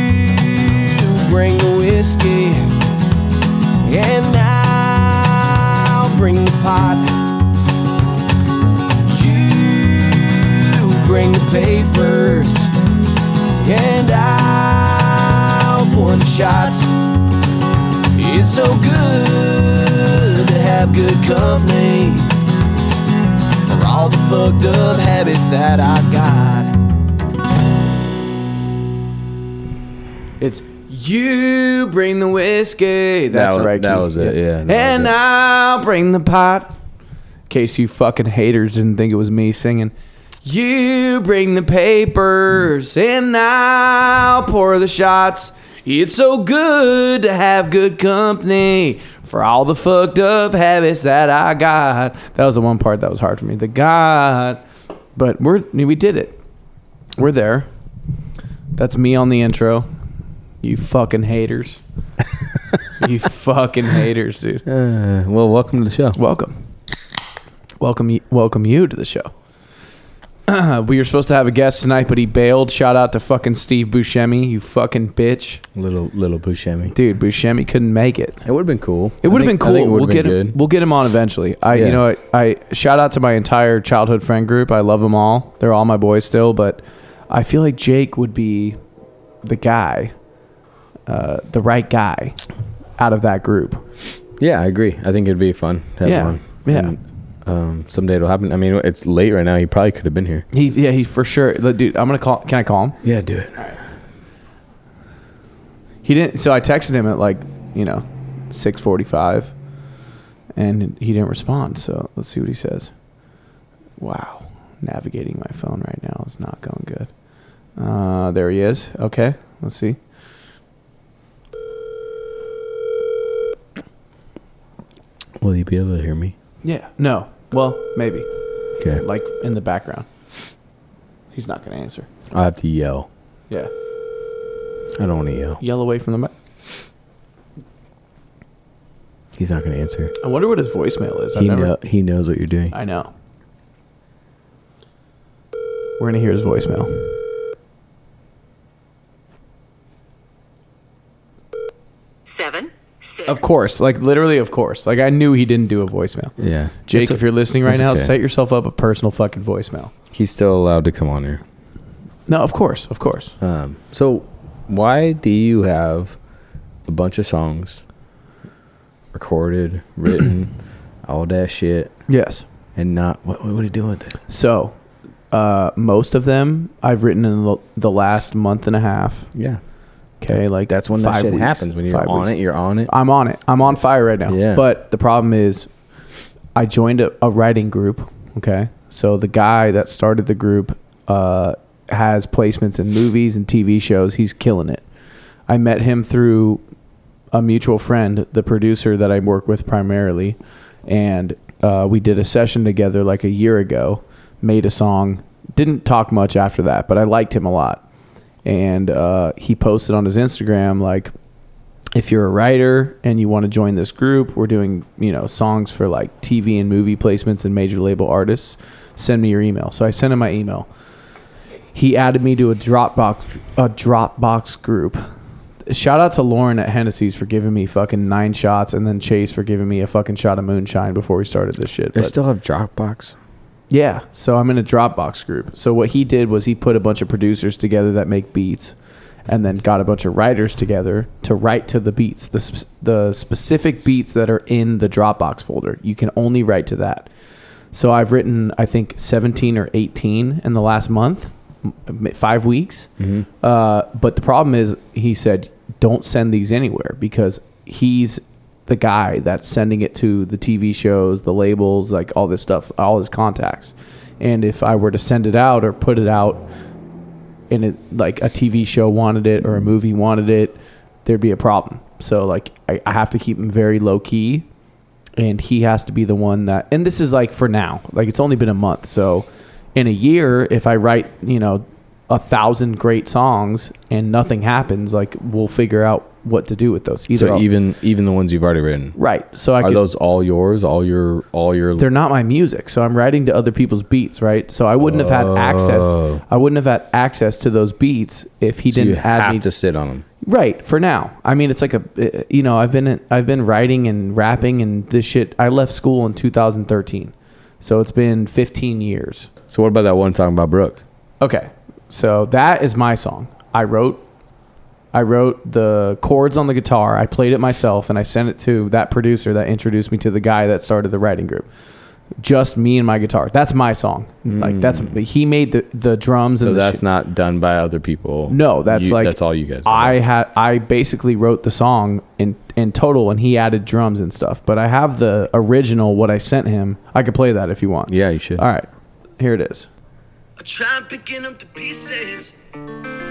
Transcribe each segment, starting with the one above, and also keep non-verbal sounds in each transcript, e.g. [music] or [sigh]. You bring the whiskey, and I'll bring the pot. You bring the papers, and I'll pour the shots. It's so good to have good company for all the fucked up habits that I got. It's You bring the whiskey. That's that was, the right. That key. was it. Yeah. that was And it. I'll bring the pot. in case you fucking haters didn't think it was me singing. You bring the papers, and I'll pour the shots. It's so good to have good company for all the fucked up habits that I got. That was the one part that was hard for me. The God, but we're we did it. We're there. That's me on the intro. You fucking haters. you fucking haters, dude. Uh, well, welcome to the show. Welcome. Welcome y- welcome you to the show. [clears throat] we were supposed to have a guest tonight, but he bailed. Shout out to fucking Steve Buscemi, you fucking bitch. Little little Buscemi. Dude, Buscemi couldn't make it. It would have been cool. It I would have been think- I cool. think it We'll would've get been him, we'll get him on eventually. I you Yeah. know I, I shout out to my entire childhood friend group. I love them all. They're all my boys still, but I feel like Jake would be the guy, uh, the right guy out of that group. Yeah, I agree. I think it'd be fun. To have Yeah, him on. yeah. And, um, someday it'll happen. I mean, it's late right now. He probably could have been here. He yeah he for sure. Look, Dude, I'm gonna call. Can I call him? Yeah, do it. He didn't. So I texted him at like you know six forty five, and he didn't respond. So let's see what he says. Wow, navigating my phone right now is not going good. Uh, there he is. Okay, let's see. Will you be able to hear me? Yeah. No. Well, maybe Okay. like in the background. He's not gonna answer. I'll have to yell. Yeah. I don't want to yell. Yell away from the mic. He's not going to answer. I wonder what his voicemail is. I've He, never- know, he knows what you're doing. I know. We're gonna hear his voicemail. seven, six, Of course, like literally, of course. Like I knew he didn't do a voicemail. Yeah. Jake, It's- if you're listening right it's now, okay. set yourself up a personal fucking voicemail. He's still allowed to come on here. No, of course, of course. Um, so, why do you have a bunch of songs recorded, written, all that shit, Yes. and not what? What are you doing with it? So, uh, most of them I've written in the, the last month and a half. Yeah, Okay, like that's when that five shit weeks, happens. When you're five on weeks. it, you're on it. I'm on it. I'm on fire right now. Yeah. But the problem is, I joined a, a writing group. Okay. So the guy that started the group uh, has placements in movies and TV shows. He's killing it. I met him through a mutual friend, the producer that I work with primarily, and uh, we did a session together like a year ago. Made a song. Didn't talk much after that, but I liked him a lot. And uh, he posted on his Instagram like, if you're a writer and you want to join this group, we're doing, you know, songs for like TV and movie placements and major label artists. Send me your email. So I sent him my email. He added me to a Dropbox a Dropbox group. Shout out to Lauren at Hennessy's for giving me fucking nine shots and then Chase for giving me a fucking shot of moonshine before we started this shit. They but- still have Dropbox. yeah. So I'm in a Dropbox group. So what he did was he put a bunch of producers together that make beats and then got a bunch of writers together to write to the beats, the, sp- the specific beats that are in the Dropbox folder. You can only write to that. So I've written, I think, 17 or 18 in the last month, m- five weeks. Uh, but the problem is, he said, don't send these anywhere because he's the guy that's sending it to the TV shows, the labels, like all this stuff, all his contacts. And if I were to send it out or put it out, and it like a TV show wanted it or a movie wanted it, there'd be a problem. So like I, I have to keep him very low key, and he has to be the one that. And this is like for now, like it's only been a month. So in a year, if I write, you know, a thousand great songs and nothing happens, like we'll figure out what to do with those. Either so I'll- even even the ones you've already written. right. So I Are could, those all yours? All your all your they're not my music. So I'm writing to other people's beats, right? So I wouldn't have had access. Oh. I wouldn't have had access to those beats if he so didn't you add have me to sit on them. Right for now. I mean, it's like a eh, you know I've been I've been writing and rapping and this shit. I left school in 2013, so it's been 15 years. So what about that one song about Brooke? Okay, so that is my song. I wrote, I wrote the chords on the guitar. I played it myself and I sent it to that producer that introduced me to the guy that started the writing group. Just me and my guitar. That's my song. Like that's he made the the drums and Hmm. So the that's shi- not done by other people. no, that's You- like that's all you guys. I had I basically wrote the song in in total, and he added drums and stuff. But I have the original what I sent him. I could play that if you want. yeah, you should. All right, here it is. I tried picking up the pieces.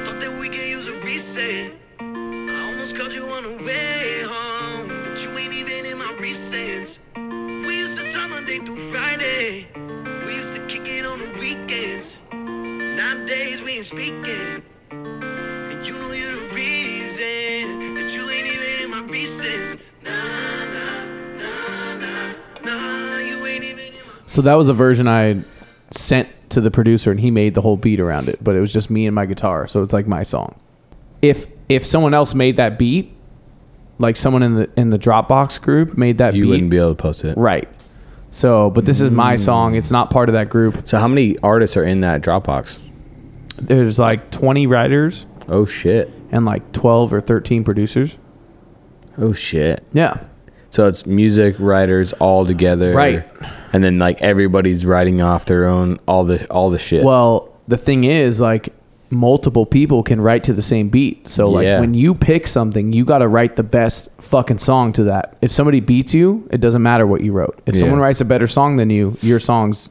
Thought that we could use a reset. I almost called you on the way home, but you ain't even in my recess. We used to talk Monday through Friday. We used to kick it on the weekends. Nowadays we ain't speaking. And you know you're the reason that you ain't even in my recess. Nah, nah, nah, nah, nah. You ain't even in my So that was a version I sent to the producer, and he made the whole beat around it. But it was just me and my guitar, so it's like my song. If if someone else made that beat, like someone in the in the Dropbox group made that you beat, wouldn't be Mm. able to post it. right? So, but this is my song. It's not part of that group. So how many artists are in that Dropbox? There's like 20 writers. Oh shit. and like 12 or 13 producers. Oh shit. Yeah. So it's music writers all together, Right. And then like everybody's writing off their own all the all the shit. Well, the thing is like multiple people can write to the same beat. So like Yeah. when you pick something, you got to write the best fucking song to that. If somebody beats you, it doesn't matter what you wrote. If Yeah. someone writes a better song than you, your song's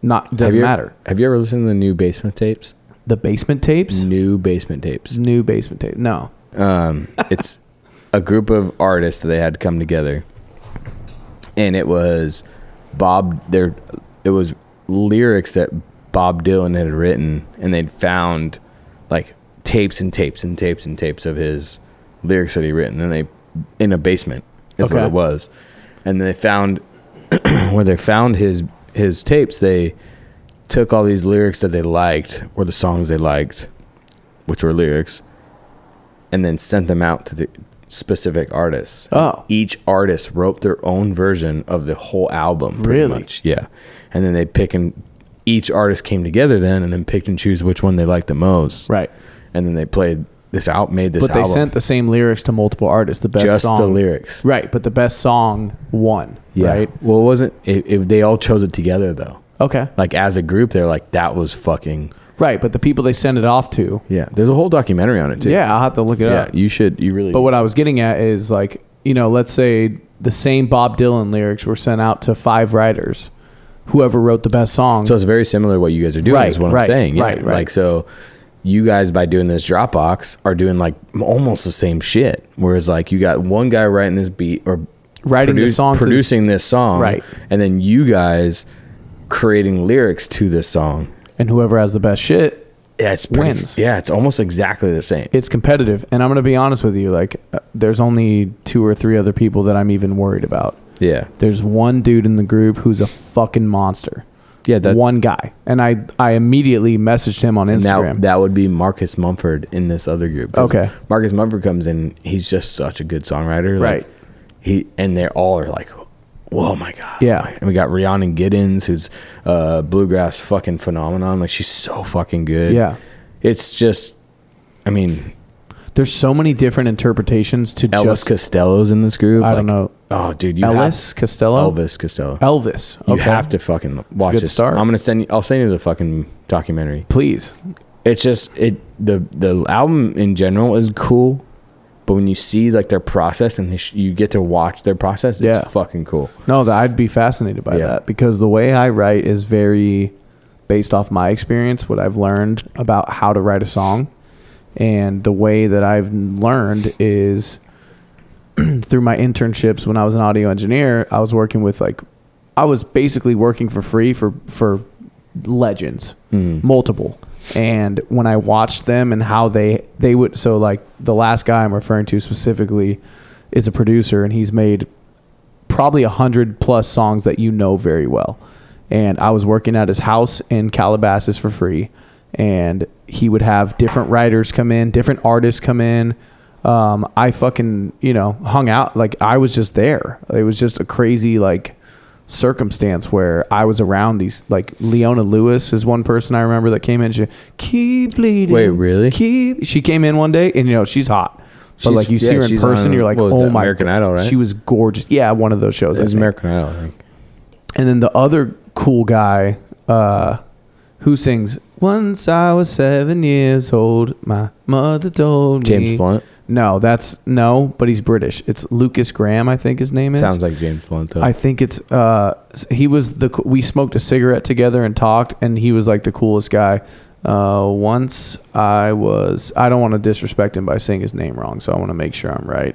not Have doesn't you- matter. Have you ever listened to the new basement tapes? The basement tapes? New [laughs] basement tapes. New basement tape. No. Um, it's a group of artists that they had come together, and it was Bob. There, it was lyrics that Bob Dylan had written, and they'd found like tapes and tapes and tapes and tapes of his lyrics that he written, and they in a basement is what Okay. it was, and they found [clears throat] when they found his his tapes, they took all these lyrics that they liked or the songs they liked, which were lyrics, and then sent them out to the specific artists. And Oh. each artist wrote their own version of the whole album. Pretty Really? Much. Yeah, and then they pick and each artist came together then and then picked and choose which one they liked the most. Right. and then they played this out, made this. But they album. sent the same lyrics to multiple artists. The best Just the song. lyrics. Right, but the best song won. yeah. Right. Well, it wasn't it, it, they all chose it together though? Okay. Like as a group, they're like that was fucking. Right, but the people they send it off to Yeah, there's a whole documentary on it too. Yeah, I'll have to look it yeah. up. You should. You really. But what I was getting at is like, you know, let's say the same Bob Dylan lyrics were sent out to five writers, whoever wrote the best song. so it's very similar to what you guys are doing. Right, is what right, I'm saying. Yeah. right, right. Like so, you guys by doing this Dropbox are doing like almost the same shit. Whereas like you got one guy writing this beat or Writing the song to this- producing this song, Right. and then you guys creating lyrics to this song. and whoever has the best shit, Yeah, it's Wins. Yeah, it's almost exactly the same. it's competitive. And I'm going to be honest with you, like uh, there's only two or three other people that I'm even worried about. yeah. There's one dude in the group who's a fucking monster. Yeah, that's- one guy. And I I immediately messaged him on Instagram. Now that would be Marcus Mumford in this other group. 'Cause Okay. Marcus Mumford comes in. He's just such a good songwriter. like, Right. He and they're all are like, whoa, my god. Yeah. And we got Rhiannon Giddens, who's uh, bluegrass fucking phenomenon. Like she's so fucking good. Yeah. It's just, I mean, there's so many different interpretations to Elvis just Costello's in this group. I don't know. Oh, dude, you Ellis have, Costello? Elvis Costello. Elvis. you okay. have to fucking watch good this. start. I'm gonna send you. I'll send you the fucking documentary. please. it's just it the the album in general is cool but when you see like their process and they sh- you get to watch their process it's Yeah. fucking cool No, that I'd be fascinated by Yeah. that because the way I write is very based off my experience, what I've learned about how to write a song, and the way that I've learned is [clears throat] through my internships when I was an audio engineer, I was working with like I was basically working for free for for legends, multiple. and when I watched them and how they they would so like the last guy I'm referring to specifically is a producer and he's made probably a hundred plus songs that you know very well. And I was working at his house in Calabasas for free, and he would have different writers come in, different artists come in. Um, I fucking you know hung out like I was just there. It was just a crazy like circumstance where I was around these like Leona Lewis is one person I remember that came in. She keep bleeding. Wait, really? Keep. She came in one day and you know she's hot. But She's- like you see yeah, her in she's person, on- you're like, what was oh that, my! American Idol, right? She was gorgeous. Yeah, one of those shows. It I was think. American Idol, I think. And then the other cool guy uh, who sings "Once I was seven years old, my mother told me." James Blunt? No, that's no, but he's British. It's Lucas Graham, I think his name is. Sounds like James Blunt, though. I think it's uh s- he was the co- we smoked a cigarette together and talked and he was like the coolest guy. Uh once I was I don't want to disrespect him by saying his name wrong, so I want to make sure I'm right.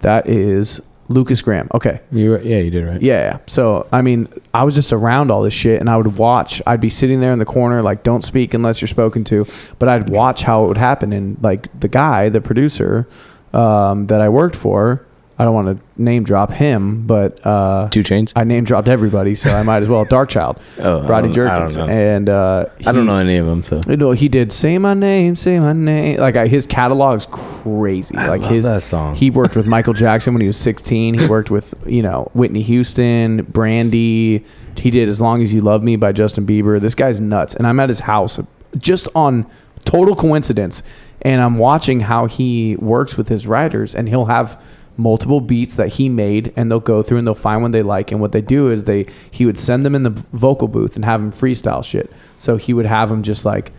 That is Lucas Graham. Okay. you were, yeah, you did, right? Yeah, yeah. So I mean, I was just around all this shit, and I would watch. I'd be sitting there in the corner, like, don't speak unless you're spoken to. But I'd watch how it would happen, and like the guy, the producer um, that I worked for, I don't want to name drop him, but uh, Two Chains? I name dropped everybody, so I might as well. Dark Child, [laughs] Oh, I Rodney don't- I don't Jerkins, know. and uh, I don't he- know any of them, so. you know, he did "Say My Name, Say My Name." Like I, his catalog's crazy. like love his that song. He worked with Michael Jackson when he was 16. He worked with you know Whitney Houston, Brandy. He did "As Long as You Love Me" by Justin Bieber. This guy's nuts, and I'm at his house just on total coincidence, and I'm watching how he works with his writers, and he'll have multiple beats that he made and they'll go through and they'll find one they like and what they do is they he would send them in the vocal booth and have them freestyle shit so he would have them just like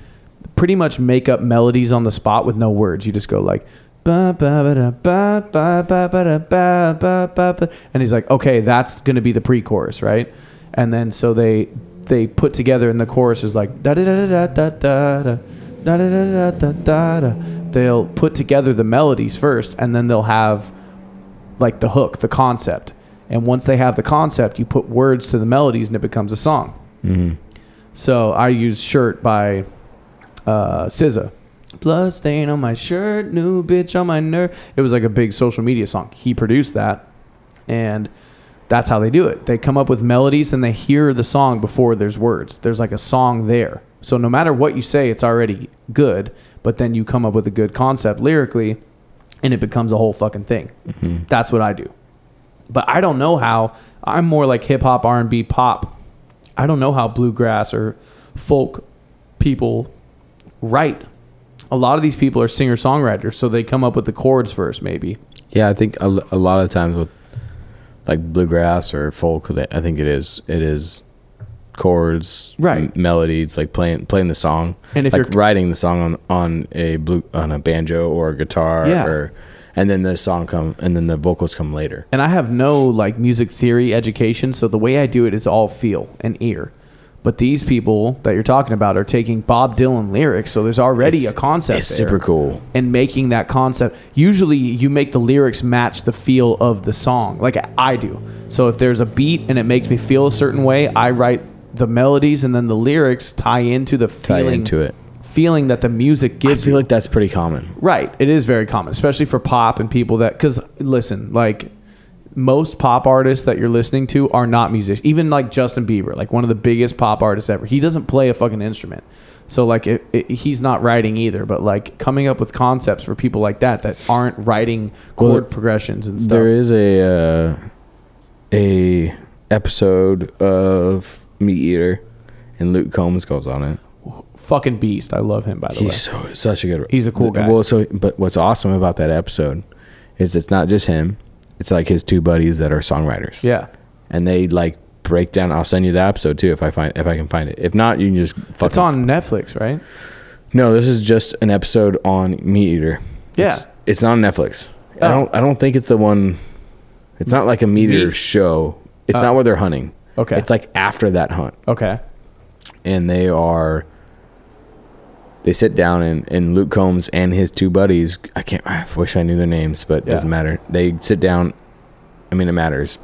pretty much make up melodies on the spot with no words. You just go like ba ba ba da ba ba ba ba da ba ba ba ba and he's like, okay, that's gonna be the pre-chorus, right? And then so they they put together and the chorus is like da da da da da da da da da da da da da da. They'll put together the melodies first, and then they'll have like the hook, the concept. And once they have the concept, you put words to the melodies, and it becomes a song. So I use "Shirt" by uh, SZA. Blood stain on my shirt, new bitch on my nerve. It was like a big social media song. He produced that, and that's how they do it. They come up with melodies and they hear the song before there's words. There's like a song there. So no matter what you say, it's already good. But then you come up with a good concept lyrically, and it becomes a whole fucking thing. That's what I do but I don't know how. I'm more like hip hop, R and B, pop. I don't know how bluegrass or folk people write. A lot of these people are singer songwriters, so they come up with the chords first, maybe. Yeah, I think a, l- a lot of times with like bluegrass or folk, that- I think it is it is chords, Right. melodies, like playing playing the song, And if like you're- writing the song on on a blue on a banjo or a guitar, Yeah. or and then the song come and then the vocals come later. And I have no like music theory education, so the way I do it is all feel and ear. But these people that you're talking about are taking Bob Dylan lyrics, so there's already It's- a concept. it's there. super cool. and making that concept. Usually, you make the lyrics match the feel of the song, like I do. So if there's a beat and it makes me feel a certain way, I write the melodies and then the lyrics tie into the Tie feeling into it. feeling that the music I gives you. feel like that's pretty common. Right. It is very common, especially for pop and people that cuz listen, like most pop artists that you're listening to are not musicians. Even like Justin Bieber, like one of the biggest pop artists ever. He doesn't play a fucking instrument. So like it, it, he's not writing either, but like coming up with concepts for people like that that aren't writing chord Well, progressions and stuff. There is a uh, a episode of Meat Eater, and Luke Combs goes on it. fucking beast. I love him by the He's way. so such a good. He's a cool guy. Well, so but what's awesome about that episode is it's not just him. It's like his two buddies that are songwriters. Yeah. and they like break down. I'll send you the episode too if I find if I can find it. If not, you can just. Fucking It's on Netflix, right? No, this is just an episode on Meat Eater. Yeah. it's, it's not on Netflix. Oh. I don't. I don't think it's the one. It's not like a meat eater Meat- Oh. show. It's not where they're hunting. Okay. It's like after that hunt Okay. and they are they sit down and, and Luke Combs and his two buddies I can't I wish I knew their names but it Yeah. doesn't matter they sit down I mean it matters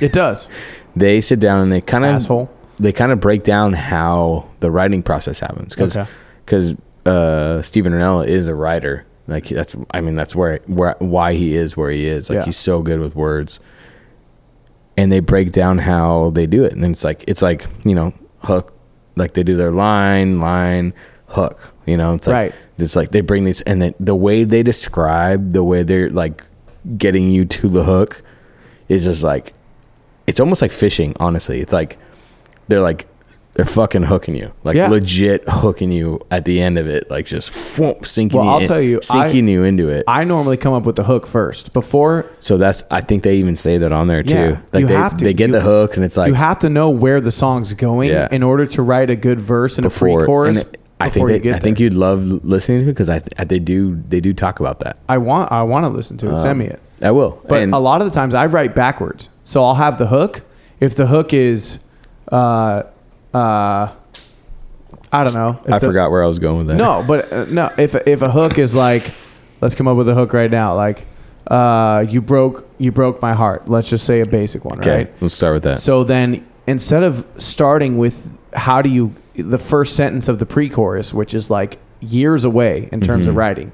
It does. they sit down and they kind of Asshole. they kind of break down how the writing process happens because Okay. because uh, Steven Ranella is a writer. Like that's, I mean, that's where, where why he is where he is. Like Yeah. he's so good with words, and they break down how they do it, and then it's like it's like you know hook, like they do their line, line, hook. You know, it's like Right. it's like they bring these, and then the way they describe the way they're like getting you to the hook is just like it's almost like fishing. Honestly, it's like they're like they're fucking hooking you, like Yeah. legit hooking you at the end of it, like just fwoomp, sinking. Well, you I'll in- tell you, I- sinking you into it. I normally come up with the hook first before so that's I think they even say that on there too. Yeah, like you they have to. they get You- the hook and it's like you have to know where the song's going Yeah. in order to write a good verse and a free chorus. and I think before you they, get I think there. you'd love listening to it because I, I they do they do talk about that. I want I want to listen to it. Send me it. I will. But Um, and a lot of the times I write backwards. So I'll have the hook. If the hook is, uh, uh, I don't know. If I the- forgot where I was going with that. No, but uh, no. If if a hook is like, let's come up with a hook right now. Like, uh, you broke you broke my heart. Let's just say a basic one, [laughs] okay, right? let's start with that. So then instead of starting with how do you the first sentence of the pre-chorus, which is like years away in terms Mm-hmm. of writing,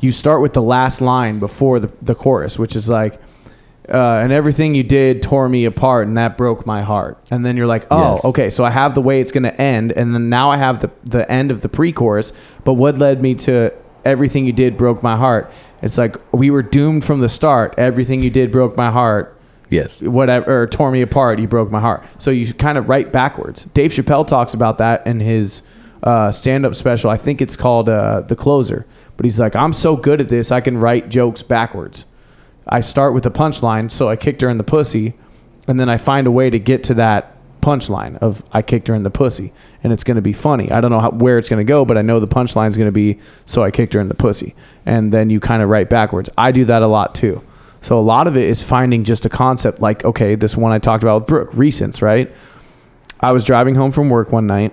you start with the last line before the, the chorus, which is like uh, and everything you did tore me apart and that broke my heart. And then you're like, oh, Yes. okay, so I have the way it's going to end. And then now I have the, the end of the pre chorus. But what led me to everything you did broke my heart? It's like we were doomed from the start. Everything you did broke my heart yes, whatever or tore me apart you broke my heart so you kind of write backwards dave chappelle talks about that in his uh, stand-up special i think it's called uh, the closer but he's like i'm so good at this i can write jokes backwards i start with the punchline so i kicked her in the pussy and then i find a way to get to that punchline of i kicked her in the pussy and it's going to be funny i don't know how, where it's going to go but i know the punchline's going to be so i kicked her in the pussy and then you kind of write backwards i do that a lot too so a lot of it is finding just a concept like, okay, this one I talked about with Brooke, recents, right? I was driving home from work one night.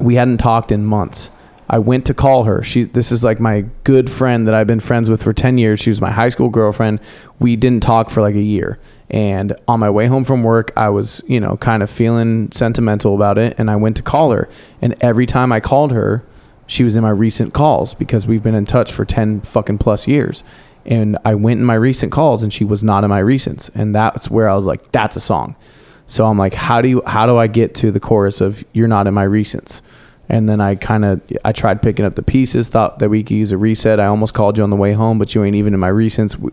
We hadn't talked in months. I went to call her. She this is like my good friend that I've been friends with for 10 years. She was my high school girlfriend. We didn't talk for like a year. And on my way home from work, I was, you know, kind of feeling sentimental about it and I went to call her. And every time I called her, she was in my recent calls because we've been in touch for 10 fucking plus years. And I went in my recent calls and she was not in my recents. And that's where I was like, that's a song. So I'm like, how do you, how do I get to the chorus of you're not in my recents? And then I kind of, I tried picking up the pieces, thought that we could use a reset. I almost called you on the way home, but you ain't even in my recents. We,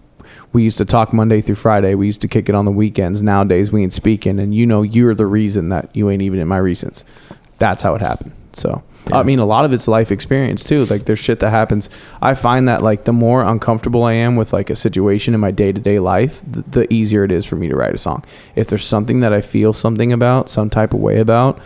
we used to talk Monday through Friday. We used to kick it on the weekends. Nowadays we ain't speaking. And you know, you're the reason that you ain't even in my recents. That's how it happened. So, I mean, a lot of it's life experience too. Like there's shit that happens. I find that like the more uncomfortable I am with like a situation in my day to day life, the, the easier it is for me to write a song. If there's something that I feel something about, some type of way about,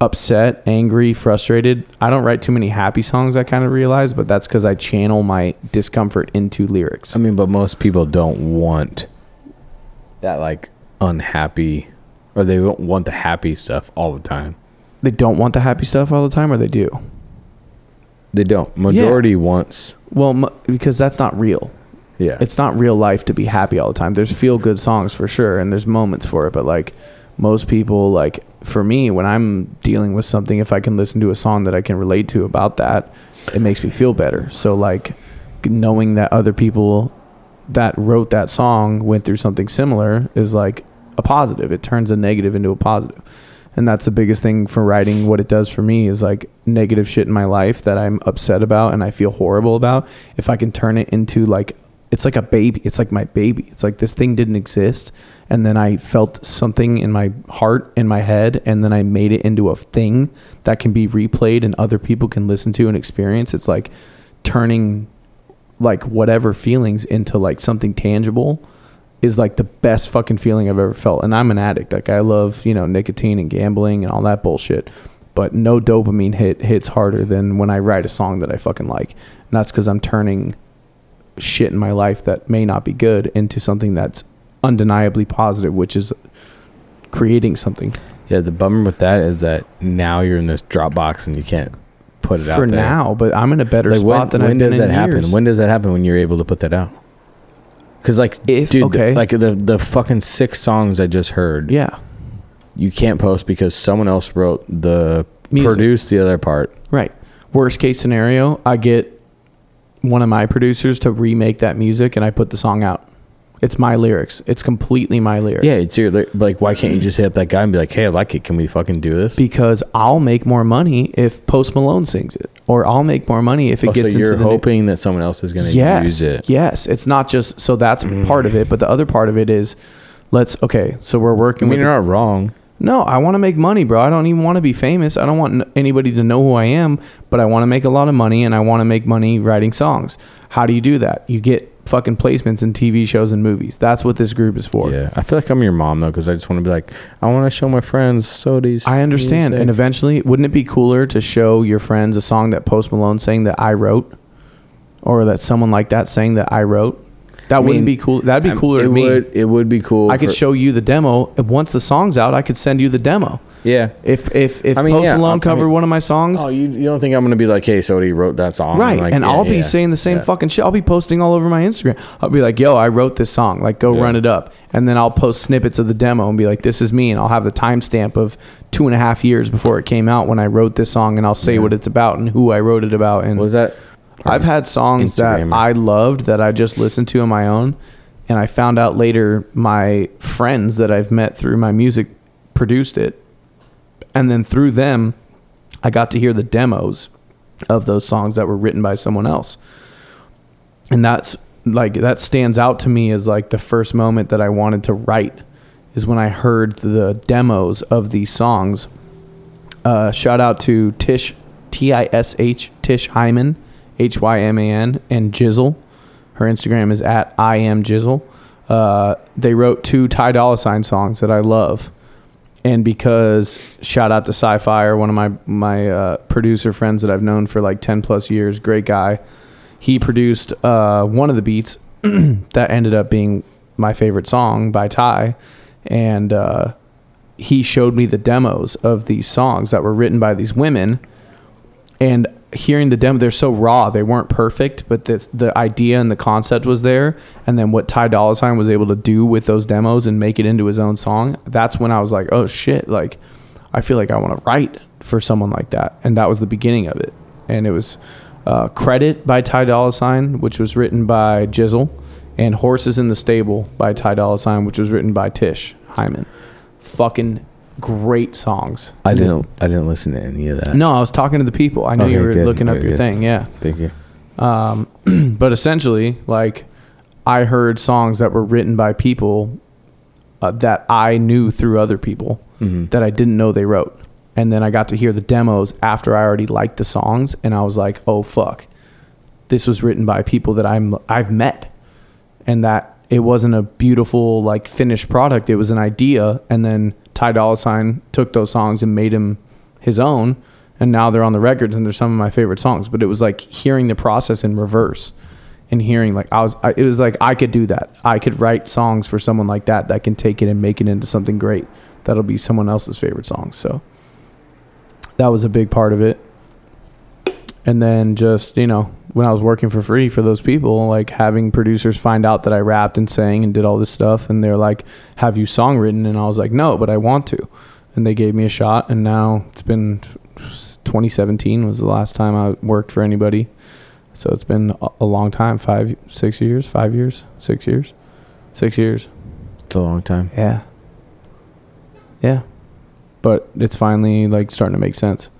upset, angry, frustrated, I don't write too many happy songs. I kind of realize, but that's because I channel my discomfort into lyrics. I mean, but most people don't want that like unhappy, or they don't want the happy stuff all the time. They don't want the happy stuff all the time, or they do. They don't. Majority wants. Well, m- because that's not real. Yeah. it's not real life to be happy all the time. There's feel good songs for sure, and there's moments for it. But like most people, like for me, when I'm dealing with something, if I can listen to a song that I can relate to about that, it makes me feel better. So like knowing that other people that wrote that song went through something similar is like a positive. It turns a negative into a positive. And that's the biggest thing for writing. What it does for me is like negative shit in my life that I'm upset about and I feel horrible about. If I can turn it into like, it's like a baby. It's like my baby. It's like this thing didn't exist. And then I felt something in my heart, in my head. And then I made it into a thing that can be replayed and other people can listen to and experience. It's like turning like whatever feelings into like something tangible is like the best fucking feeling I've ever felt. And I'm an addict. Like I love, you know, nicotine and gambling and all that bullshit. But no dopamine hit hits harder than when I write a song that I fucking like. And that's because I'm turning shit in my life that may not be good into something that's undeniably positive, which is creating something. yeah. The bummer with that is that now you're in this Dropbox and you can't put it out For there. now, but I'm in a better Like spot when, than when I've does been that in happen? years. When does that happen when you're able to put that out? Because like, If- dude, okay. like the the fucking six songs I just heard, yeah, you can't post because someone else wrote the Music. produced the other part. right. Worst case scenario, I get one of my producers to remake that music and I put the song out. It's my lyrics. It's completely my lyrics. Yeah, it's your li- like. Why can't you just hit up that guy and be like, "Hey, I like it. Can we fucking do this?" because I'll make more money if Post Malone sings it, or I'll make more money if it Oh, so gets into you're the new- hoping that someone else is going to yes, use it. Mm. yes. It's not just so that's part of it, but the other part of it is let's okay. So we're working I mean, with you're not wrong. no. I want to make money, bro. I don't even want to be famous. I don't want n- anybody to know who I am, but I want to make a lot of money, and I want to make money writing songs. How do you do that? You get fucking placements in TV shows and movies. That's what this group is for. Yeah, I feel like I'm your mom though, because I just want to be like, I want to show my friends Sodies. I understand. And eventually, wouldn't it be cooler to show your friends a song that Post Malone sang that I wrote, or that someone like that sang that I wrote? That wouldn't mean, be cool. That'd be cooler it to me. Would, it would be cool. I could for- show you the demo. and Once the song's out, I could send you the demo. Yeah. If if if I mean, Post yeah, I- I Malone covered mean- one of my songs, Oh, you, you don't think I'm gonna be like, hey, Sodi wrote that song, right? Like, and yeah, I'll be yeah, saying the same yeah. fucking shit. I'll be posting all over my Instagram. I'll be like, "Yo, I wrote this song. Like, go Yeah. run it up." And then I'll post snippets of the demo and be like, "This is me," and I'll have the timestamp of two and a half years before it came out when I wrote this song, and I'll say what it's about and who I wrote it about. And Was that? I've had songs Instagram. that I loved that I just listened to on my own, and I found out later my friends that I've met through my music produced it, and then through them, I got to hear the demos of those songs that were written by someone else, and that's like that stands out to me as like the first moment that I wanted to write is when I heard the demos of these songs uh, shout out to Tish, T I S H, Tish Hyman, H Y M A N, and Jizzle. Her Instagram is at I am Jizzle. Uh, they wrote two Ty Dolla Sign songs that I love, and because shout out to Sci-Fi, or one of my my uh, producer friends that I've known for like ten plus years, great guy. He produced uh, one of the beats [clears throat] that ended up being my favorite song by Ty, and uh, he showed me the demos of these songs that were written by these women and hearing the demo they're so raw they weren't perfect but the, the idea and the concept was there and then what ty dolla sign was able to do with those demos and make it into his own song that's when i was like oh shit like i feel like i want to write for someone like that and that was the beginning of it and it was uh, credit by ty dolla sign which was written by jizzle and horses in the stable by ty dolla sign which was written by tish hyman fucking great songs I didn't. I didn't listen to any of that. no, I was talking to the people. I know you Okay, were good, looking up very your good. thing, yeah. [clears throat] Thank you. But essentially, like, I heard songs that were written by people uh, that I knew through other people Mm-hmm. that I didn't know they wrote, and then I got to hear the demos after I already liked the songs, and I was like, oh fuck, this was written by people that I'm I've met, and that it wasn't a beautiful like finished product. It was an idea, and then Ty Dolla Sign took those songs and made him his own, and now they're on the records and they're some of my favorite songs. But it was like hearing the process in reverse, and hearing like I was, I, it was like I could do that. I could write songs for someone like that that can take it and make it into something great. That'll be someone else's favorite song. So that was a big part of it and then just you know when i was working for free for those people like having producers find out that i rapped and sang and did all this stuff and they're like have you song written and i was like no but i want to and they gave me a shot and now it's been 2017 was the last time i worked for anybody so it's been a- a long time five six years five years six years six years It's a long time. yeah yeah but it's finally like starting to make sense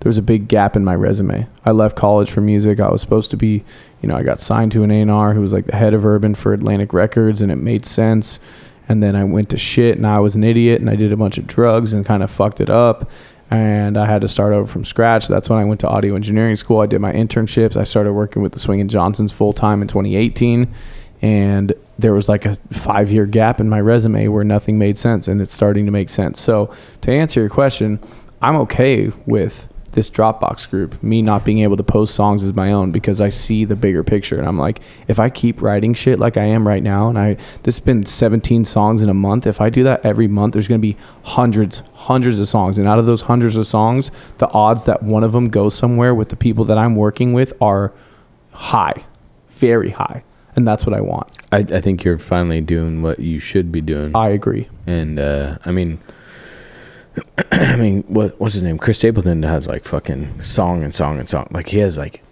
there was a big gap in my resume. I left college for music. I was supposed to be, you know, I got signed to an A&R who was like the head of urban for Atlantic Records and it made sense. And then I went to shit and I was an idiot and I did a bunch of drugs and kind of fucked it up and I had to start over from scratch. That's when I went to audio engineering school. I did my internships. I started working with the Swingin' Johnsons full time in 2018 and there was like a 5-year gap in my resume where nothing made sense and it's starting to make sense. So, to answer your question, I'm okay with this Dropbox group, me not being able to post songs as my own because I see the bigger picture and I'm like, if I keep writing shit like I am right now and I this has been 17 songs in a month, if I do that every month, there's going to be hundreds, hundreds of songs and out of those hundreds of songs, the odds that one of them goes somewhere with the people that I'm working with are high, very high. And that's what I want. I, I think you're finally doing what you should be doing. I agree. and uh, I mean, [clears throat] I mean, what what's his name? Chris Stapleton has like fucking song and song and song. Like he has like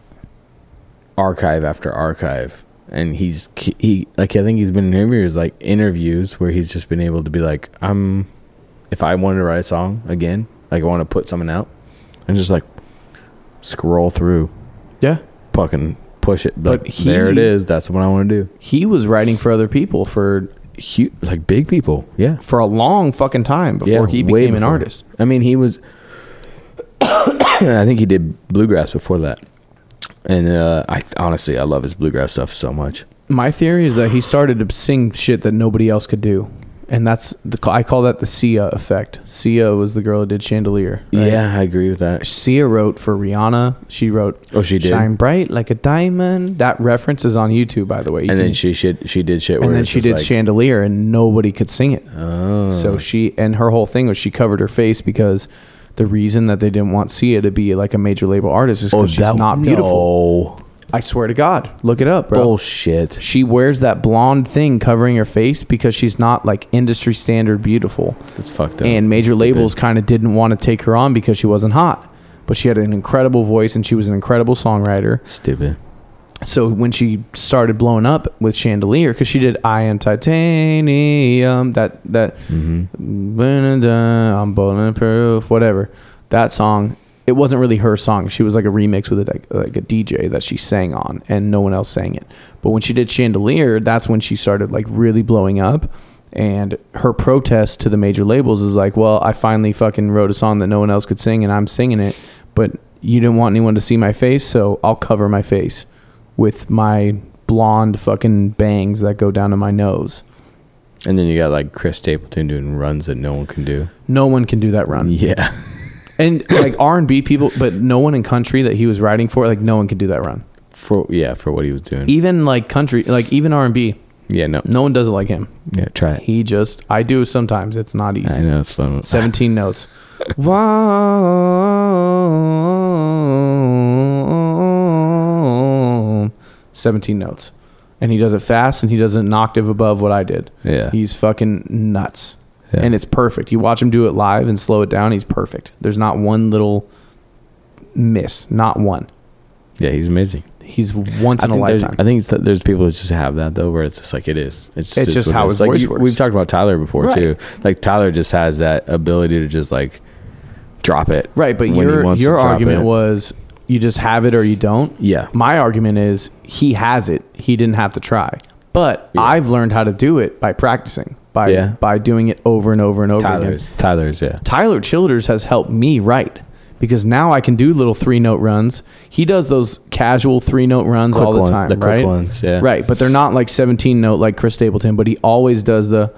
archive after archive, and he's he like I think he's been in interviews like interviews where he's just been able to be like, I'm if I wanted to write a song again, like I want to put something out, and just like scroll through, Yeah. fucking push it. But Like, there it he- is. That's what I want to do. He was writing for other people for Huge, like big people. Yeah. for a long fucking time before he way became an before. artist. I mean, he was. [coughs] I think he did bluegrass before that, and uh, I honestly I love his bluegrass stuff so much. My theory is that he started to sing shit that nobody else could do. And that's the I call that the Sia effect. Sia was the girl who did Chandelier. right? Yeah, I agree with that. Sia wrote for Rihanna. She wrote Oh, she did? Shine Bright Like a Diamond. That reference is on YouTube by the way. You And can- then she shit she did shit. Where and then it's she just did like, Chandelier and nobody could sing it. Oh, So she and her whole thing was she covered her face because the reason that they didn't want Sia to be like a major label artist is Oh, because she's not beautiful. No. I swear to God, look it up, bro. Bullshit. She wears that blonde thing covering her face because she's not like industry standard beautiful. That's fucked up. and major Stupid. labels kind of didn't want to take her on because she wasn't hot, but she had an incredible voice and she was an incredible songwriter Stupid. so when she started blowing up with chandelier because she did i am titanium that that i'm bowling proof whatever that song it wasn't really her song she was like a remix with a, like a dj that she sang on and no one else sang it but when she did chandelier that's when she started like really blowing up and her protest to the major labels is like well i finally fucking wrote a song that no one else could sing and i'm singing it but you didn't want anyone to see my face so i'll cover my face with my blonde fucking bangs that go down to my nose. And then you got like Chris Stapleton doing runs that no one can do. No one can do that run. Yeah. And like [laughs] R and B people, but no one in country that he was writing for, like no one could do that run. For yeah, for what he was doing. Even like country, like even R and B, yeah, no. no one does it like him. Yeah, try it. He just, I do sometimes. It's not easy. I know it's fun. Seventeen [laughs] notes. Wow. Mm, Seventeen notes, and he does it fast, and he does it an octave above what I did. Yeah. He's fucking nuts. Yeah. And it's perfect. You watch him do it live and slow it down, he's perfect. There's not one little miss, not one. Yeah, he's amazing. He's once in a think there's- lifetime. I think it's, there's people that just have that though, where it's just like it is. It's, It's just what it how is. his like, voice works. We've talked about Tyler before Right. too. Like Tyler just has that ability to just like drop it. Right, but when he your wants to your drop argument it. was you just have it or you don't. Yeah. My argument is he has it. He didn't have to try. But I've learned how to do it by practicing, by Yeah. by doing it over and over and over Tyler's. again. Tyler's. Yeah. Tyler Childers has helped me write because now I can do little three note runs. He does those casual three note runs Quick all the one- time, the quick right? ones, yeah. Right, but they're not like 17 note like Chris Stapleton, but he always does the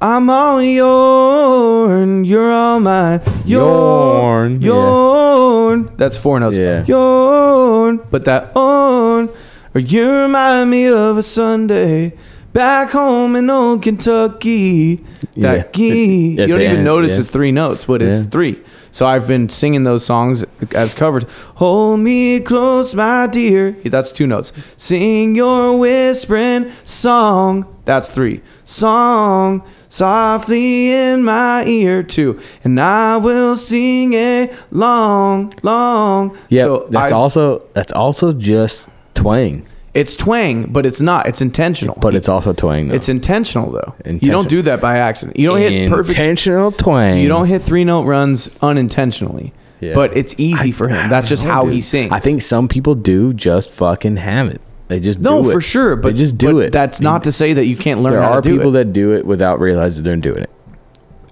I'm all yourn, you're all mine. Yourn, Yourn, yourn. That's four notes. Yeah. Yourn, but that on, or you remind me of a Sunday back home in old Kentucky. That Yeah. [laughs] key. you At don't the even end, notice yeah. it's three notes, but it's Yeah. three. So I've been singing those songs as covers. Hold me close, my dear. That's two notes. Sing your whispering song. That's three. Song softly in my ear, two. And I will sing it long, long. Yeah. So that's I've- also that's also just twang, It's twang, but it's not. It's intentional. but it's also twang. Though. it's intentional though. You Intentional. don't do that by accident. You don't hit perfect intentional twang. You don't hit three note runs unintentionally, Yeah. but it's easy for him. That's just how he sings. I think some people do just fucking have it. They just no, do it. for sure, but they just do but it. That's not to say that you can't learn. There how are to do people it. that do it without realizing they're doing it.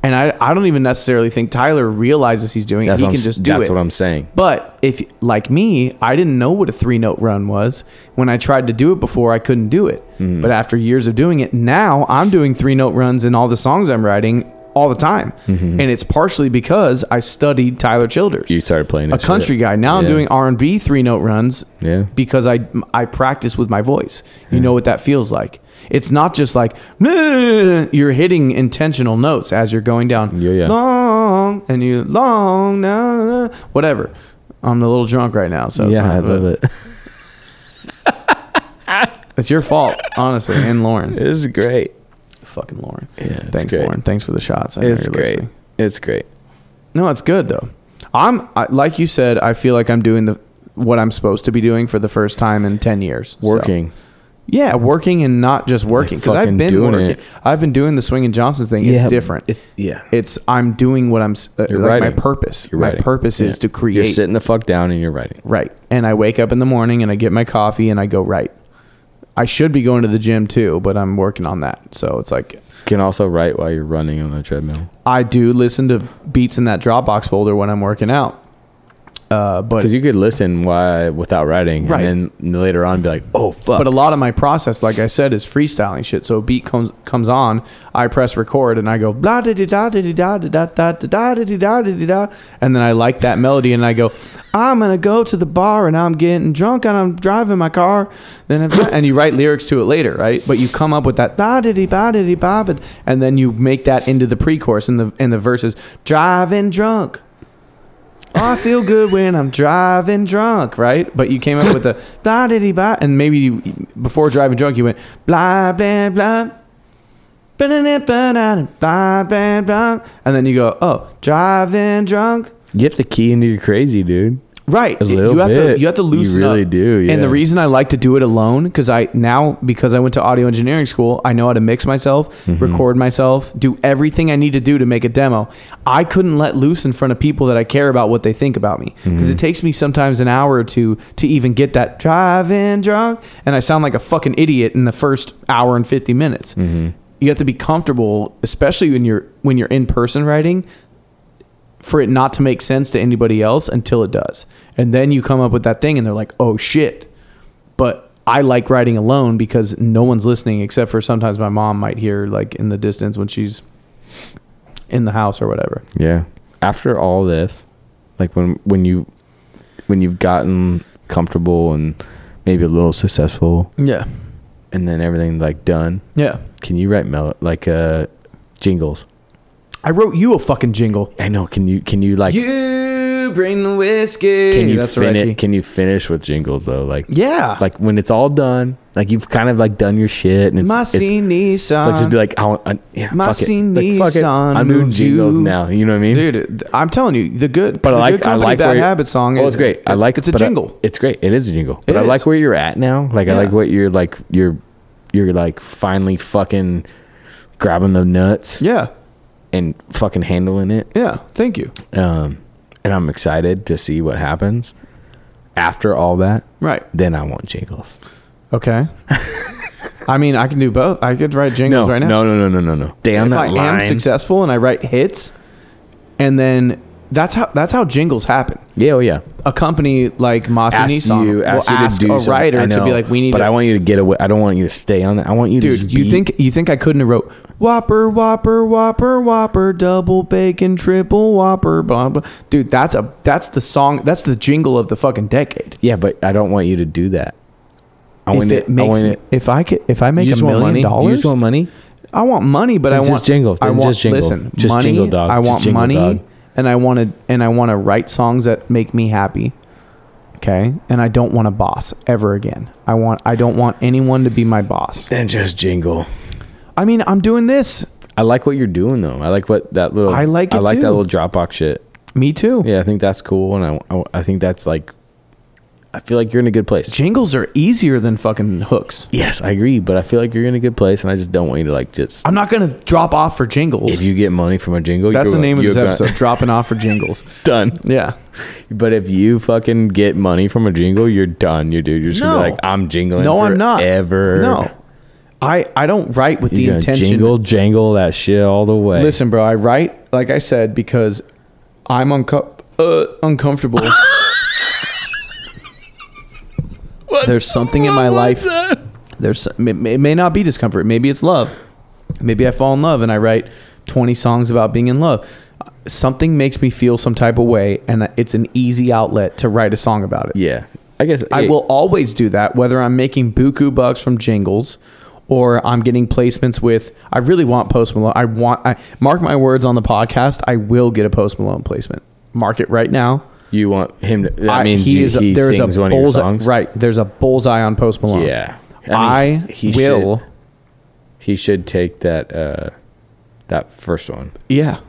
and I, I don't even necessarily think Tyler realizes he's doing it. That's He what can I'm, just do That's it. what I'm saying. But if like me, I didn't know what a three note run was. When I tried to do it before, I couldn't do it. Mm-hmm. But after years of doing it, now I'm doing three note runs in all the songs I'm writing all the time, Mm-hmm. and it's partially because I studied Tyler Childers. You started playing a that shit. country guy. Now I'm Yeah. doing R and B three note runs. Yeah. Because I I practice with my voice. You know what that feels like. It's not just like [laughs] "Nah," you're hitting intentional notes as you're going down. Yeah, yeah. Long and you long now whatever. I'm a little drunk right now, so it's Yeah, not- uh, I love it. [laughs] It's your fault, honestly, and [laughs] Lauren. It's great. [laughs] Fucking Lauren. it's Thanks, great. Lauren. Thanks for the shots. I know It's you're great. listening. It's great. No, it's good though. I'm I, like you said. I feel like I'm doing the what I'm supposed to be doing for the first time in ten years. So- Working. yeah, working and not just working because I've fucking been doing working. it. I've been doing the swing and Johnson's thing. It's Yeah, different. it's- yeah. it's I'm doing what I'm s- uh, You're like my writing. purpose. You're my writing. purpose is Yeah. to create. You're sitting the fuck down and you're writing. Right. And I wake up in the morning and I get my coffee and I go right. I should be going to the gym too, but I'm working on that. So it's like Can also write while you're running on the treadmill. I do listen to beats in that Dropbox folder when I'm working out. Uh, but Because you could listen why without writing, Right. and then later on be like, "Oh fuck!" but a lot of my process, like I said, is freestyling shit. So a beat comes comes on, I press record and I go blah da da da da da da da da da da da da da da da da, and then I like that melody and I go, I'm gonna go to the bar and I'm getting drunk and I'm driving my car. Then if- and you write lyrics to it later, right? But you come up with that ba da dee ba da dee ba ba, and then you make that into the pre-chorus and the and the verses driving drunk. Oh, I feel good when I'm driving drunk, right? But you came up with the da diddy ba, and maybe you, before driving drunk, you went blah blah blah, ba-da-da, ba-da-da, blah blah blah, and then you go, oh, driving drunk, you have to key into your crazy, dude. right? A little you have to bit. you have to You loosen really up. do, And the yeah. reason I like to do it alone because I now because I went to audio engineering school, I know how to mix myself, Mm-hmm. record myself, do everything I need to do to make a demo. I couldn't let loose in front of people that I care about what they think about me because Mm-hmm. it takes me sometimes an hour or two to even get that driving drunk, and I sound like a fucking idiot in the first hour and fifty minutes. Mm-hmm. You have to be comfortable, especially when you're when you're in person writing. For it not to make sense to anybody else until it does. And then you come up with that thing and they're like, oh shit but I like writing alone because no one's listening except for sometimes my mom might hear like in the distance when she's in the house or whatever. Yeah. After all this, like when when you when you've gotten comfortable and maybe a little successful, Yeah. and then everything's like done, Yeah. can you write mel- like uh jingles? I wrote you a fucking jingle. I know. Can you can you like You bring the whiskey. can you That's fin- Ricky. Can you finish with jingles though? Like yeah. like when it's all done, like you've kind of like done your shit and it's, my it's scene Like just Nissan. be like, I want, I, yeah, My fuck it. scene Like, fuck it. Nissan I'm doing moves jingles you. now. You know what I mean? Dude, I'm telling you, the good, but the I good like, I company, like bad where- habit song. Oh, it's great. I like. It's a but I- jingle. it's great. It is a jingle. But I is. like where you're at now. Like I like Yeah. what you're like. You're, you're like finally fucking grabbing the nuts yeah. and fucking handling it. Yeah. Thank you. Um, and I'm excited to see what happens after all that. Right. Then I want jingles. Okay. I mean, I can do both. I could write jingles No, right now. no, no, no, no, no, no. Damn if that I line. am successful and I write hits, and then that's how that's how jingles happen. yeah, oh yeah. A company like Mossy ask Nissan you, will ask you ask to do a something. writer I to be know, like, "We need." But a- I want you to get away. I don't want you to stay on that. I want you, to dude. just You be- think you think I couldn't have wrote Whopper, Whopper, Whopper, Whopper, double bacon, triple Whopper, blah blah. Dude, that's a that's the song. That's the jingle of the fucking decade. Yeah, but I don't want you to do that. I If it makes me, if I could, if I make you a just want million money? Do You dollars, just want money? I want money, but I Then want just jingle. I Then want just jingle. listen. Just money, jingle, dog. I Just want jingle, money, dog. and I want to and I want to write songs that make me happy. Okay, and I don't want a boss ever again. I want I don't want anyone to be my boss. Then just jingle. I mean, I'm doing this. I like what you're doing though. I like what that little. I like I it, like that too. little Dropbox shit. Me too. Yeah, I think that's cool, and I, I, I think that's like. I feel like you're in a good place. Jingles are easier than fucking hooks. yes, I agree, but I feel like you're in a good place, and I just don't want you to like just. I'm not gonna drop off for jingles. if you get money from a jingle, That's you're the gonna- name of you're this gonna- episode. dropping off for jingles. [laughs] done. Yeah. But if you fucking get money from a jingle, you're done. You dude, you're just gonna be No. like, I'm jingling. No, I'm not. Ever. No. I I don't write with You're the gonna intention. jingle jangle that shit all the way. Listen, bro, I write like I said because I'm unco- uh, uncomfortable. There's something in my life. There's it may it may not be discomfort. Maybe it's love. Maybe I fall in love and I write 20 songs about being in love. Something makes me feel some type of way, and it's an easy outlet to write a song about it. Yeah, I guess I yeah. will always do that, whether I'm making buku bucks from jingles or I'm getting placements with. I really want Post Malone. I want. I mark my words on the podcast. I will get a Post Malone placement. Mark it right now. You want him? To, that I, means he, is- he there's sings one of your bullseye, songs, Right. There's a bullseye on Post Malone. Yeah. I, mean, he will. Should, he should take that. uh That first one. Yeah.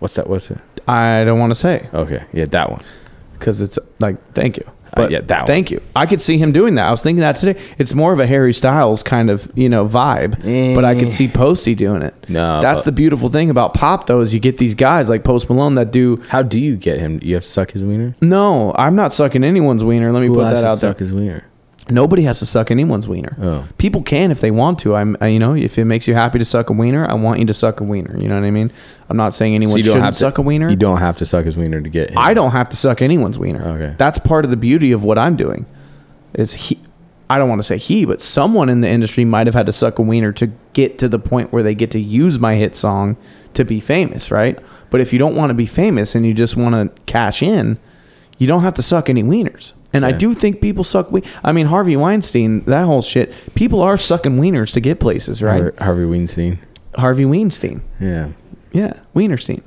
What's that? What's it? I don't want to say Okay, yeah, that one. because it's like thank you. yeah, that one. Thank you. I could see him doing that. I was thinking that today. It's more of a Harry Styles kind of you know vibe, but I could see Posty doing it. Eh. No, that's but- the beautiful thing about pop though is you get these guys like Post Malone that do. How do you get him? You have to suck his wiener. No, I'm not sucking anyone's wiener. Let me put that out there. his wiener? Nobody has to suck anyone's wiener. Oh. People can if they want to. I'm, I, you know, if it makes you happy to suck a wiener, I want you to suck a wiener. You know what I mean? I'm not saying anyone you shouldn't suck to, a wiener. You don't have to suck his wiener to get. Him. I don't have to suck anyone's wiener. Okay. That's part of the beauty of what I'm doing. Is he? I don't want to say he, but someone in the industry might have had to suck a wiener to get to the point where they get to use my hit song to be famous, right? But if you don't want to be famous and you just want to cash in, you don't have to suck any wieners. And I Yeah. do think people suck. We- I mean, Harvey Weinstein, that whole shit. People are sucking wieners to get places, right? Har- Harvey Weinstein. Harvey Weinstein. Yeah. Yeah, Wienerstein.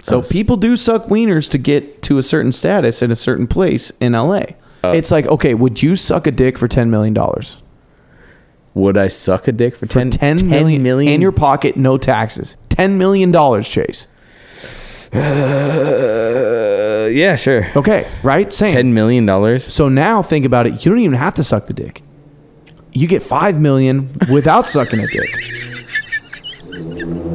So Us. people do suck wieners to get to a certain status in a certain place in LA. Uh, it's like, okay, would you suck a dick for ten million dollars? Would I suck a dick for, For 10, ten 10 million, million? in your pocket, no taxes. Ten million dollars, Chase. Uh, yeah, sure. Okay, right? Same. Ten million dollars. so now think about it. You don't even have to suck the dick. You get five million without sucking a dick.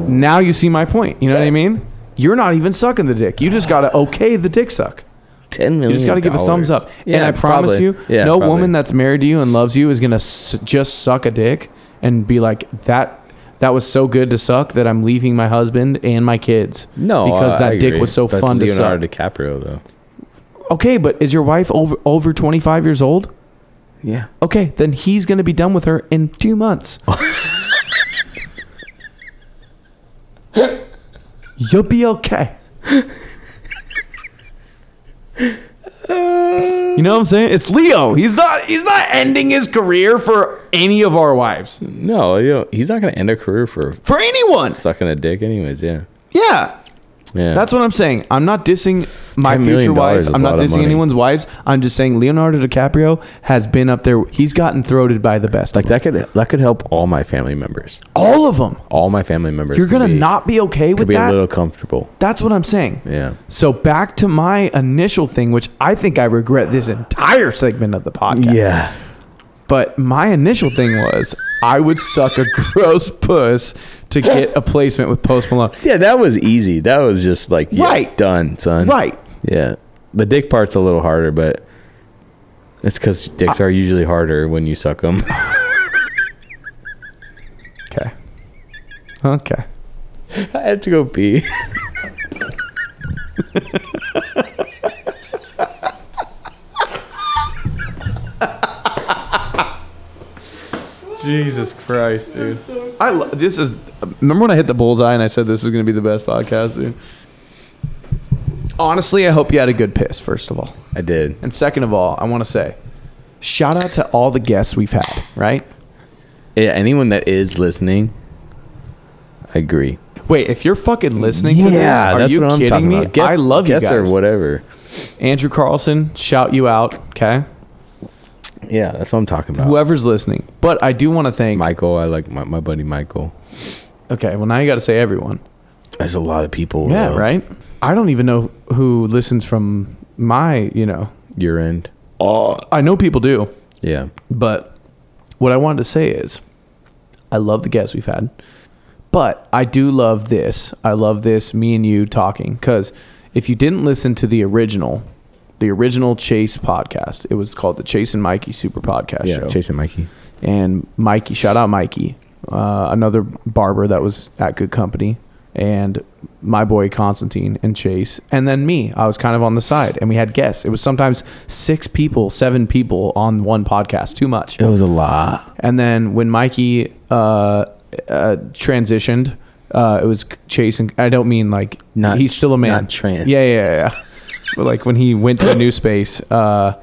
Now you see my point. You know what I mean? You're not even sucking the dick. You just gotta okay the dick suck. Ten million. You just got to give a thumbs up. and I promise you, no woman that's married to you and loves you is going to s- just suck a dick and be like, that that was so good to suck that I'm leaving my husband and my kids. No, Because I- that I dick agree. was so That's fun to Leonardo suck. DiCaprio, though. Okay, but is your wife over, over 25 years old? Yeah. Okay, then he's going to be done with her in two [laughs] months. You'll be okay. You know what I'm saying? It's Leo. He's not. He's not ending his career for any of our wives. No, you know, he's not going to end a career for For anyone. sucking a dick, anyways. Yeah. Yeah. Yeah. That's what I'm saying. I'm not dissing my $10 million future wife. is a I'm not lot of dissing money. anyone's wives. I'm just saying Leonardo DiCaprio has been up there. He's gotten throated by the best. like that could that could help all my family members. all of them. All my family members. You're could gonna be- not be okay could with be that. a little comfortable. That's what I'm saying. Yeah. So back to my initial thing, which I think I regret this entire segment of the podcast. But my initial thing was I would suck a [laughs] gross puss to get a placement with Post Malone. Yeah, that was easy. That was just like yeah, Right. done, son. Right. Yeah. The dick part's a little harder, but it's because dicks are usually harder when you suck them. Okay. Okay. [laughs] I have to [laughs] go pee. Jesus Christ, dude. I lo- this is remember when I hit the bullseye and I said this is going to be the best podcast, dude. Honestly, I hope you had a good piss first of all. I did. And second of all, I want to say shout out to all the guests we've had, right? Yeah, anyone that is listening, I agree. Wait, if you're fucking listening to this, are that's you what I'm kidding talking me? about. Guess, I love you guess guys. or whatever. Andrew Carlson, shout you out, okay? Yeah, that's what I'm talking about. Whoever's listening. But I do want to thank Michael, I like my, my buddy Michael. Okay, well now you got to say everyone. There's a lot of people. uh, Yeah, though. right? I don't even know who listens from my, you know. Your end. I know people do. Yeah. But what I wanted to say is, I love the guests we've had, but I do love this. I love this, me and you talking. Because if you didn't listen to the original, the original Chase podcast, it was called the Chase and Mikey Super Podcast Yeah. Show. Chasing Mikey. And Mikey, shout out Mikey, uh, another barber that was at Good Company, and my boy Constantine and Chase, and then me. I was kind of on the side, and we had guests. It was sometimes six people, seven people on one podcast. Too much. It was a lot. And then when Mikey uh, uh, transitioned, uh, it was Chase and I don't mean like Not- he's still a man. not trans. Yeah, yeah, yeah. yeah. [laughs] but like when he went to a new space, uh,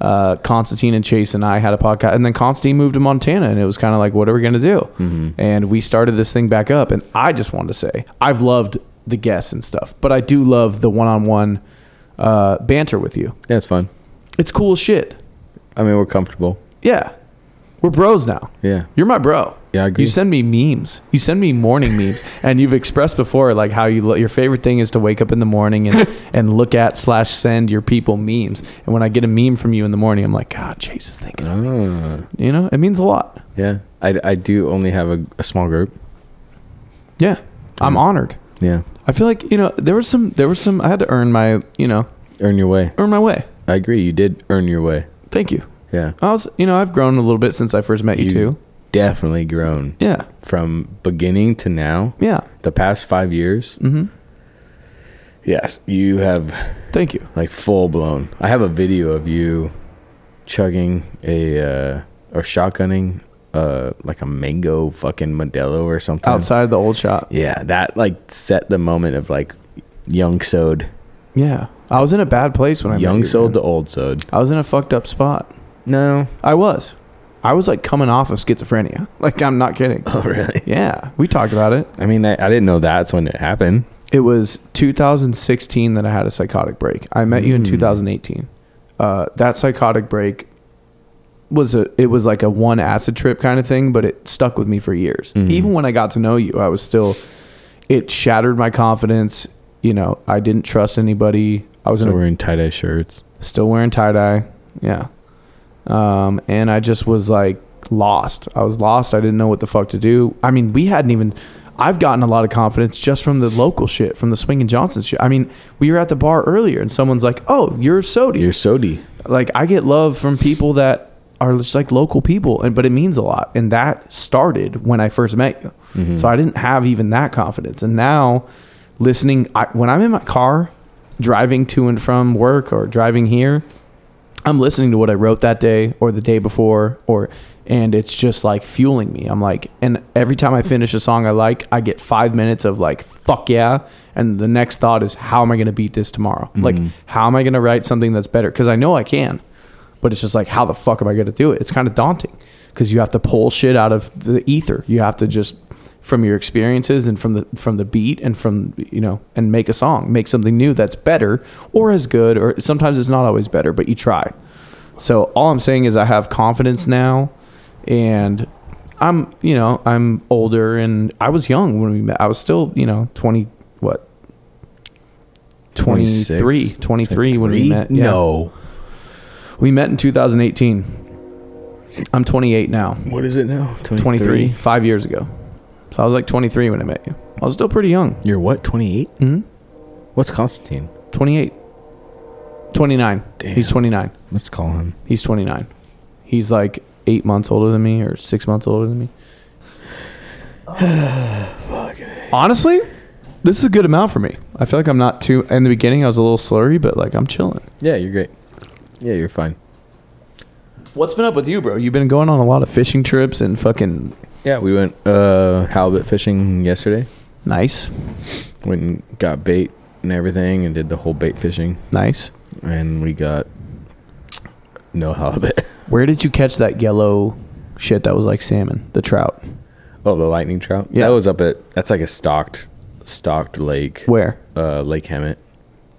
uh, Constantine and Chase and I had a podcast, and then Constantine moved to Montana, and it was kind of like, what are we gonna do? Mm-hmm. And we started this thing back up, and I just wanted to say I've loved the guests and stuff, but I do love the one-on-one uh, banter with you. Yeah, it's fun. It's cool as shit. I mean, we're comfortable. Yeah, we're bros now. Yeah. You're my bro. Yeah, I agree. You send me memes. You send me morning memes, [laughs] and you've expressed before like how you lo- your favorite thing is to wake up in the morning and [laughs] and look at slash send your people memes. And when I get a meme from you in the morning, I'm like, God, Chase is thinking. of me." Ah, You know, it means a lot. yeah, I, I do only have a, a small group. Yeah, I'm honored. Yeah, I feel like you know there was some there was some I had to earn my you know earn your way. earn my way. I agree. You did earn your way. Thank you. Yeah, I was you know I've grown a little bit since I first met you, You- too. definitely grown Yeah, from beginning to now. yeah. The past five years. Mm-hmm. Yes, you have Thank you. like full blown. I have a video of you chugging a uh, or shotgunning uh like a mango fucking Modelo or something Outside the old shop. Yeah, that like set the moment of like young sowed, Yeah, I was in a bad place when I met young you, sowed man. to old sowed. I was in a fucked up spot. No, I was. I was like coming off of schizophrenia. [laughs] Like I'm not kidding. [laughs] oh really? Yeah, we talked about it. I mean, I, I didn't know that's when it happened. It was 2016 that I had a psychotic break. I met you in Mm. 2018. Uh, that psychotic break was a it was like a one acid trip kind of thing, but it stuck with me for years. Mhm. Even when I got to know you, I was still it shattered my confidence. You know, I didn't trust anybody. I I was was in a wearing tie dye shirts. still wearing tie dye. Yeah. Um, and I just was like lost. I was lost. I didn't know what the fuck to do. I mean, we hadn't even. I've gotten a lot of confidence just from the local shit, from the Swingin' Johnson shit. I mean, we were at the bar earlier, and someone's like, "Oh, you're Sodi." You're sody. Like, I get love from people that are just like local people, and but it means a lot. And that started when I first met you, so I didn't have even that confidence. And now, listening, I, when I'm in my car, driving to and from work or driving here, I'm listening to what I wrote that day or the day before or and it's just like fueling me. I'm like and every time I finish a song I like, I get 5 minutes of like fuck yeah and the next thought is how am I going to beat this tomorrow? Like how am I going to write something that's better cuz I know I can. But it's just like how the fuck am I going to do it? It's kind of daunting cuz you have to pull shit out of the ether. You have to just from your experiences and from the from the beat and from you know and make a song make something new that's better or as good or sometimes it's not always better but you try so all i'm saying is i have confidence now and i'm you know i'm older and i was young when we met i was still you know 20 what 23 23, 26? when we Three? met yeah. No. we met in 2018 i'm 28 now What is it now? 23 5 years ago so i was like 23 when i met you i was still pretty young You're what? 28. Mhm. What's Constantine? 28 29 Damn. he's 29 Let's call him. he's 29 he's like eight months older than me or six months older [sighs] than me honestly this is a good amount for me i feel like i'm not too in the beginning i was a little slurry but like i'm chilling Yeah, you're great. Yeah, you're fine. what's been up with you bro you've been going on a lot of fishing trips and fucking Yeah, we went uh halibut fishing yesterday. nice Went and got bait and everything, and did the whole bait fishing, nice and we got no halibut. [laughs] where did you catch that yellow shit that was like salmon the trout oh, the lightning trout. Yeah. that was up at that's like a stocked stocked lake. where Uh, Lake Hemet.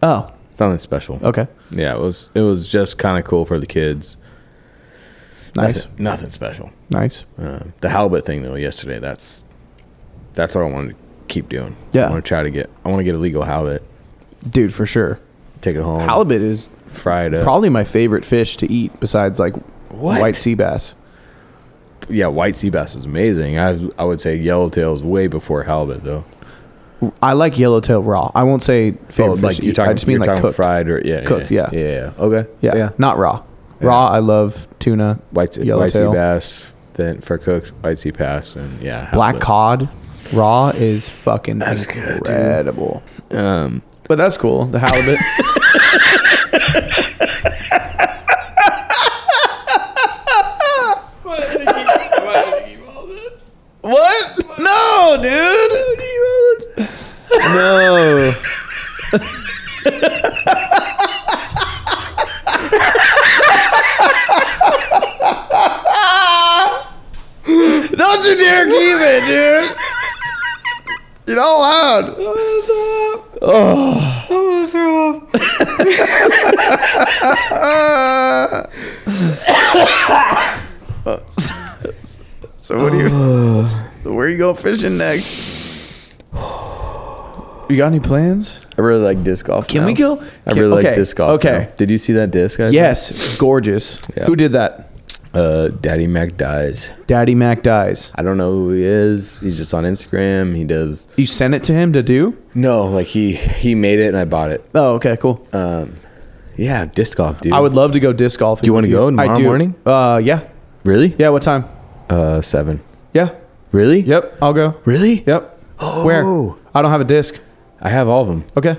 oh Something special. okay Yeah, it was it was just kind of cool for the kids. nice Nothing, nothing special. nice Uh, the halibut thing though yesterday. That's that's what I want to keep doing. Yeah. I want to try to get. I want to get a legal halibut. dude for sure Take it home. halibut is fry it up. probably my favorite fish to eat besides like What? white sea bass. yeah, white sea bass is amazing. I I would say yellowtail is way before halibut though. I like yellowtail raw. I won't say favorite Oh, fish like to you're eat. talking, I just mean you're like talking cooked. fried or yeah, Cooked, yeah, yeah. Okay, yeah. not raw. Raw. I love tuna, White sea, white sea Yellowtail. bass, then for cooked white sea bass, and yeah, black halibut. cod. Raw is fucking good, dude. incredible. Um, but that's cool. The [laughs] halibut. what? No, dude. No. [laughs] Don't you dare keep it, dude. You're not allowed. [laughs] So what do you? so where you go fishing next? You got any plans? I really like disc golf. Can now. we go- I can- really okay, like disc golf. okay. now. Did you see that disc? I Yes, gorgeous. Yeah. Who did that? sent? Uh, Daddy Mac dies. Daddy Mac dies. I don't know who he is. He's just on Instagram. He does. You sent it to him to do? No, like he he made it and I bought it. Oh, okay, cool. Um, yeah, disc golf, dude. I would love to go disc golf. Do you wanna with go I tomorrow do. morning? Uh, yeah, really. yeah. What time? Uh, seven. Yeah, Really? yep. I'll go. Really? Yep. Oh. Where? I don't have a disc. I have all of them. Okay.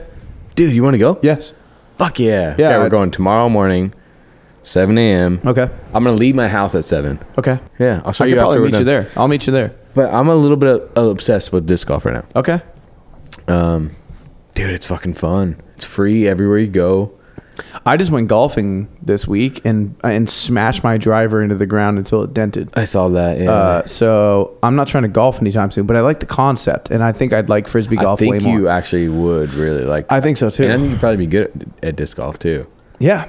Dude, you want to go? Yes. Fuck yeah. Yeah, Okay, we're I'd- going tomorrow morning, 7 a.m. Okay. I'm going to leave my house at 7. Okay. Yeah. I'll show I you could probably after we're meet you done. there. I'll meet you there. But I'm a little bit uh, obsessed with disc golf right now. Okay. Dude, it's fucking fun. It's free everywhere you go. I just went golfing this week and and smashed my driver into the ground until it dented. I saw that. Yeah. Uh, so I'm not trying to golf anytime soon, but I like the concept, and I think I'd like frisbee I golf way think more. you actually would really like I think so too. And I think you'd probably be good at, at disc golf too. yeah,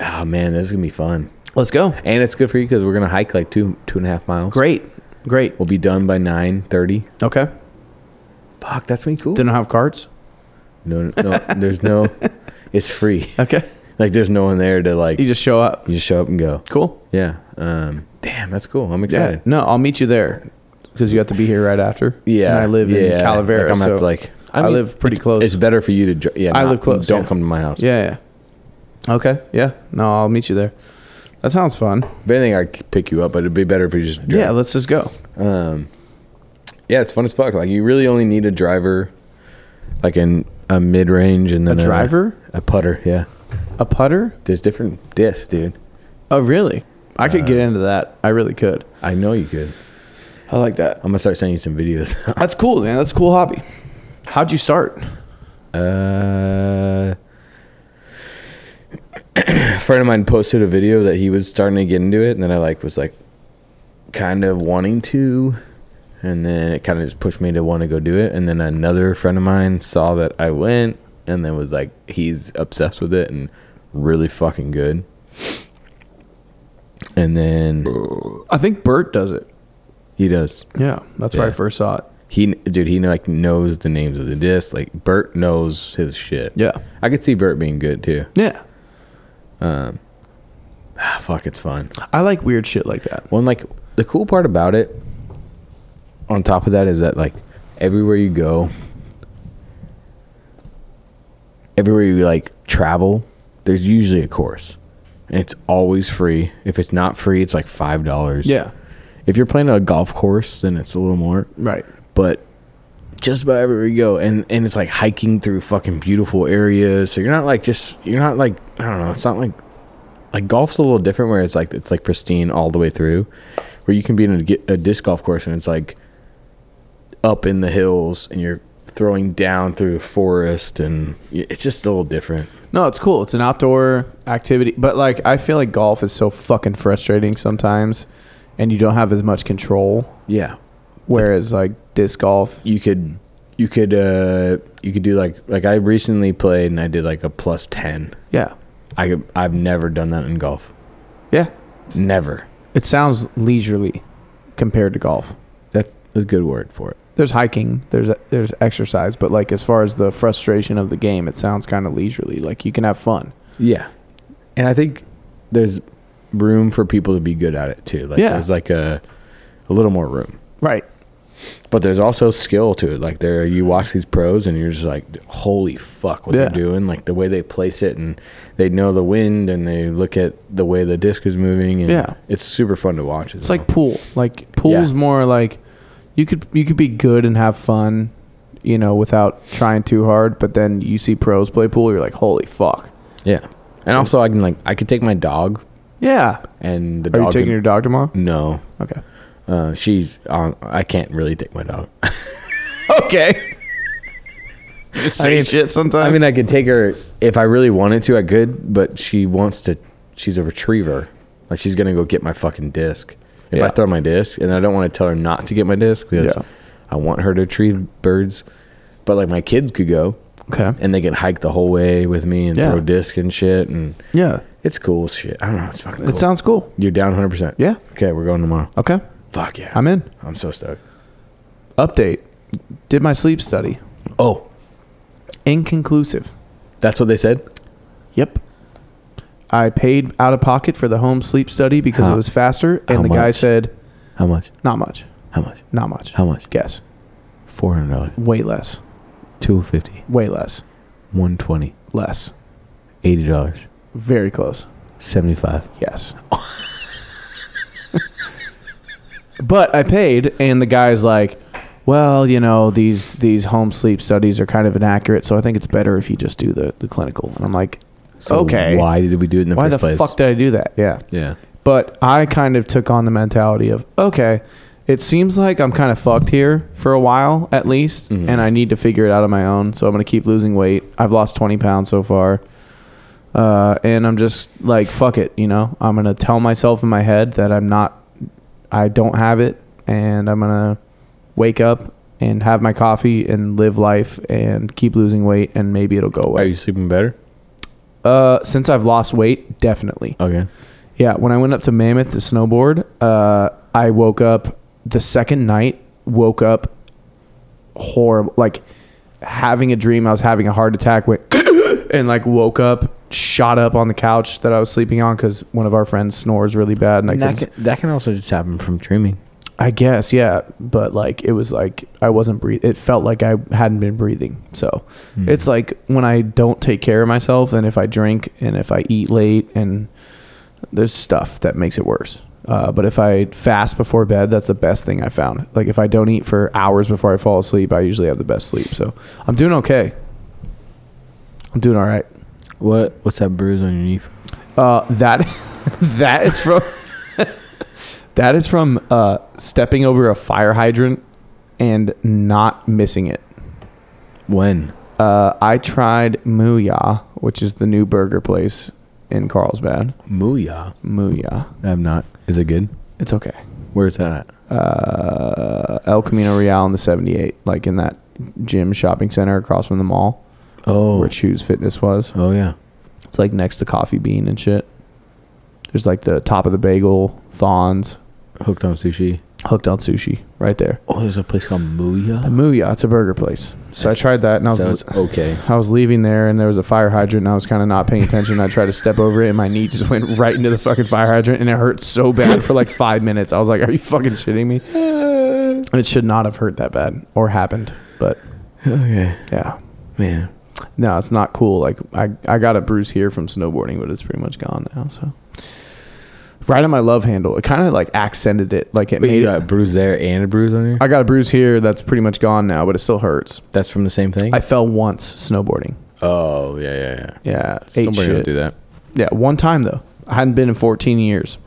Oh, man, this is going to be fun. let's go. And it's good for you because we're going to hike like two, two and a half miles. Great, great. We'll be done by 9.30. Okay. Fuck, that's going to be cool. They don't have cards. No, no, no, there's no. It's [laughs] free. Okay. Like there's no one there to like. You You just, just show up. show up and go. Cool. Yeah. Um. Damn, that's cool. I'm Yeah. excited. No, I'll meet you there because you have to be here right after. Yeah. And I live in yeah, Calavera. Like, I'm so have to like. I live pretty it's- close. It's better for you to. dr- Yeah. I not- live close, Don't yeah. come to my house. Yeah. Yeah. Okay. Yeah. No, I'll meet you there. That sounds fun. If anything, I could pick you up, but it'd be better if you just. Yeah. Drive. Let's just go. Yeah. It's fun as fuck. Like you really only need a driver, like in a mid range and then driver? a putter. Yeah. A putter? There's different discs, dude. Oh, really? I could get into that. I really could. I know you could. Uh, I like that. I'm gonna start sending you some videos. [laughs] That's cool, man. That's a cool hobby. How'd you start? Uh, [clears throat] a friend of mine posted a video that he was starting to get into it, and then I like was like, kind of wanting to, and then it kind of just pushed me to want to go do it. And then another friend of mine saw that I went, and then was like, he's obsessed with it and really fucking good. And then I think Bert does it. he does. Yeah. That's where I Yeah. first saw it. He dude, he like knows the names of the discs. Like Bert knows his shit. Yeah. I could see Bert being good too. Yeah. Ah, fuck, it's fun. I like weird shit like that. One like the cool part about it. On top of that is that like everywhere you go, everywhere you like travel, there's usually a course, and it's always free. If it's not free, it's like five dollars. Yeah. If you're playing a golf course, then it's a little more. Right. But just about everywhere you go, and and it's like hiking through fucking beautiful areas. So you're not like just you're not like I don't know. It's not like like golf's a little different where it's like it's like pristine all the way through where you can be in a, gi- a disc golf course and it's like up in the hills and you're throwing down through forest and y- it's just a little different No, it's cool. It's an outdoor activity, but like I feel like golf is so fucking frustrating sometimes, and you don't have as much control. yeah Whereas like disc golf, you could you could uh you could do like like i recently played and i did like a plus 10 yeah, i could, i've never done that in golf yeah, never it sounds leisurely compared to golf. that's a good word for it There's hiking, there's there's exercise, but like as far as the frustration of the game, it sounds kind of leisurely. Like you can have fun. Yeah. And I think there's room for people to be good at it too. Like Yeah. there's like a a little more room. Right. But there's also skill to it. Like there you watch these pros and you're just like holy fuck what Yeah. they're doing, like the way they place it and they know the wind and they look at the way the disc is moving and Yeah. it's super fun to watch. It's like pool. Like pool's Yeah. more like you could you could be good and have fun, you know, without trying too hard. But then you see pros play pool, you're like, holy fuck. Yeah. And also I can like I could take my dog Yeah. and the Are dog you taking could- your dog tomorrow? No. Okay. Uh, she's on I can't really take my dog. [laughs] Okay. I mean, shit sometimes. I mean, I could take her if I really wanted to. I could, but she wants to. She's a retriever. Like she's gonna go get my fucking disc. If Yeah. I throw my disc, and I don't want to tell her not to get my disc because Yeah. I want her to retrieve birds. But like my kids could go, Okay. and they can hike the whole way with me and Yeah. throw disc and shit, and Yeah. It's cool as shit. I don't know. It's fucking cool. It sounds cool. You're down 100%. Yeah. Okay, we're going tomorrow. Okay. Fuck yeah. I'm in. I'm so stoked. Update. Did my sleep study. Oh, Inconclusive. that's what they said? Yep. I paid out of pocket for the home sleep study because How- it was faster, and how the guy much? said, How much? not much. How much? Not much. How much? Guess. $400. Way less. 250 Way less. 120 Less. $80. Very close. 75 Yes. [laughs] but I paid, and the guy's like, "Well, you know these these home sleep studies are kind of inaccurate, so I think it's better if you just do the the clinical." And I'm like, So "Okay, why, Why did we do it in the the first place? fuck did I do that?" Yeah. yeah. But I kind of took on the mentality of, "Okay." It seems like I'm kind of fucked here for a while at least, Mm-hmm. and I need to figure it out on my own. So I'm going to keep losing weight. I've lost 20 pounds so far uh, and I'm just like, fuck it, you know. I'm gonna tell myself in my head that I'm not, I don't have it, and I'm gonna wake up and have my coffee and live life and keep losing weight, and maybe it'll go Are away. you sleeping better? Uh, since I've lost weight, definitely. Okay. Yeah, when I went up to Mammoth to snowboard, uh, I woke up the second night, woke up horrible, like having a dream. I was having a heart attack, went [coughs] and like woke up, shot up on the couch that I was sleeping on because one of our friends snores really bad. And I, that, couldn't- can, that can also just happen from dreaming. I guess, yeah, but like it was like I wasn't breathing. It felt like I hadn't been breathing. So it's like when I don't take care of myself, and if I drink, and if I eat late, and there's stuff that makes it worse. Uh, but if I fast before bed, that's the best thing I found. Like if I don't eat for hours before I fall asleep, I usually have the best sleep. So I'm doing okay. I'm doing all right. What? What's that bruise on your knee? From? Uh, that [laughs] that is from [laughs] that is from uh, stepping over a fire hydrant and not missing it. When? Uh, I tried Muya, which is the new burger place in Carlsbad. Mooyah. Muya, I'm not. Is it good? it's okay. Where's that at? Uh, El Camino Real in the '78, like in that gym shopping center across from the mall Oh. where Choose Fitness was. Oh yeah. It's like next to Coffee Bean and shit. There's like the top of the bagel, Thons, Hooked on sushi. Hooked on Sushi, right there. Oh, there's a place called A Mooyah. Muya, it's a burger place. So I tried that and I was Sounds [laughs] okay. I was leaving there and there was a fire hydrant and I was kind of not paying attention. I tried to step over it and my knee just went right into the fucking fire hydrant and it hurt so bad for like five minutes. I was like, "Are you fucking shitting [laughs] me?" And It should not have hurt that bad or happened, but Okay, yeah, man. no, it's not cool. Like I I got a bruise here from snowboarding, but it's pretty much gone now. So right on my love handle, it kind of like accented it, like it Wait, you made. got a It, bruise there and a bruise on your? I got a bruise here that's pretty much gone now, but it still hurts. That's from the same thing. I fell once snowboarding. oh yeah, yeah, yeah. Yeah, ate Somebody shit. will do that. Yeah, one time though. I hadn't been in 14 years.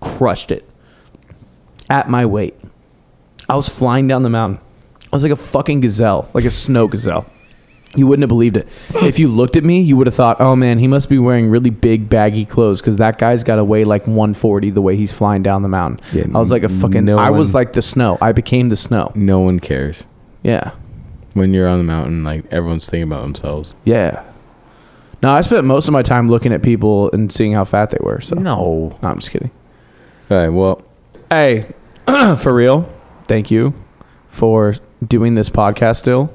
Crushed it. At my weight. I was flying down the mountain. I was like a fucking gazelle, like a snow gazelle. You wouldn't have believed it. If you looked at me, you would have thought, "Oh man, he must be wearing really big baggy clothes cuz that guy's got to weigh like 140 the way he's flying down the mountain." Yeah, I was like a fucking no I was one- like the snow. I became the snow. No one cares Yeah. when you're on the mountain. Like everyone's thinking about themselves. Yeah. No, I spent most of my time looking at people and seeing how fat they were. So No. No, I'm just kidding. All right. Well, Hey, [clears throat] for real, thank you for doing this podcast still.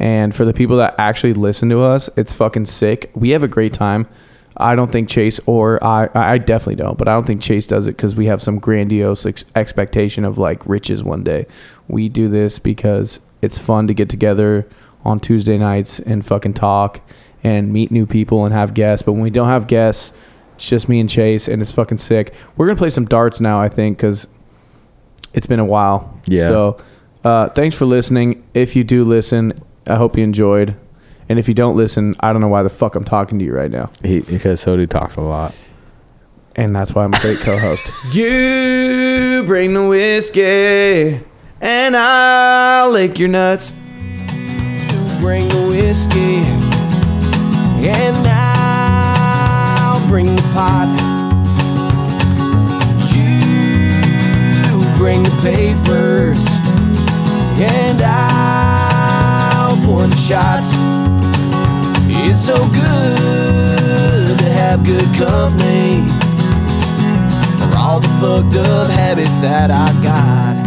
And for the people that actually listen to us, it's fucking sick. We have a great time. I don't think Chase or I, I definitely don't, but I don't think Chase does it because we have some grandiose ex- expectation of like riches one day. We do this because it's fun to get together on Tuesday nights and fucking talk and meet new people and have guests. But when we don't have guests, it's just me and Chase and it's fucking sick. We're going to play some darts now, I think, because it's been a while. Yeah. So uh, thanks for listening. If you do listen, I hope you enjoyed. And if you don't listen, I don't know why the fuck I'm talking to you right now. he because Sodu talks a lot. And that's why I'm a [laughs] great co host. You bring the whiskey, and I'll lick your nuts. bring the whiskey and I'll bring the pot. You bring the papers and I'll pour the shots. It's so good to have have good company for all the fucked up habits that I got.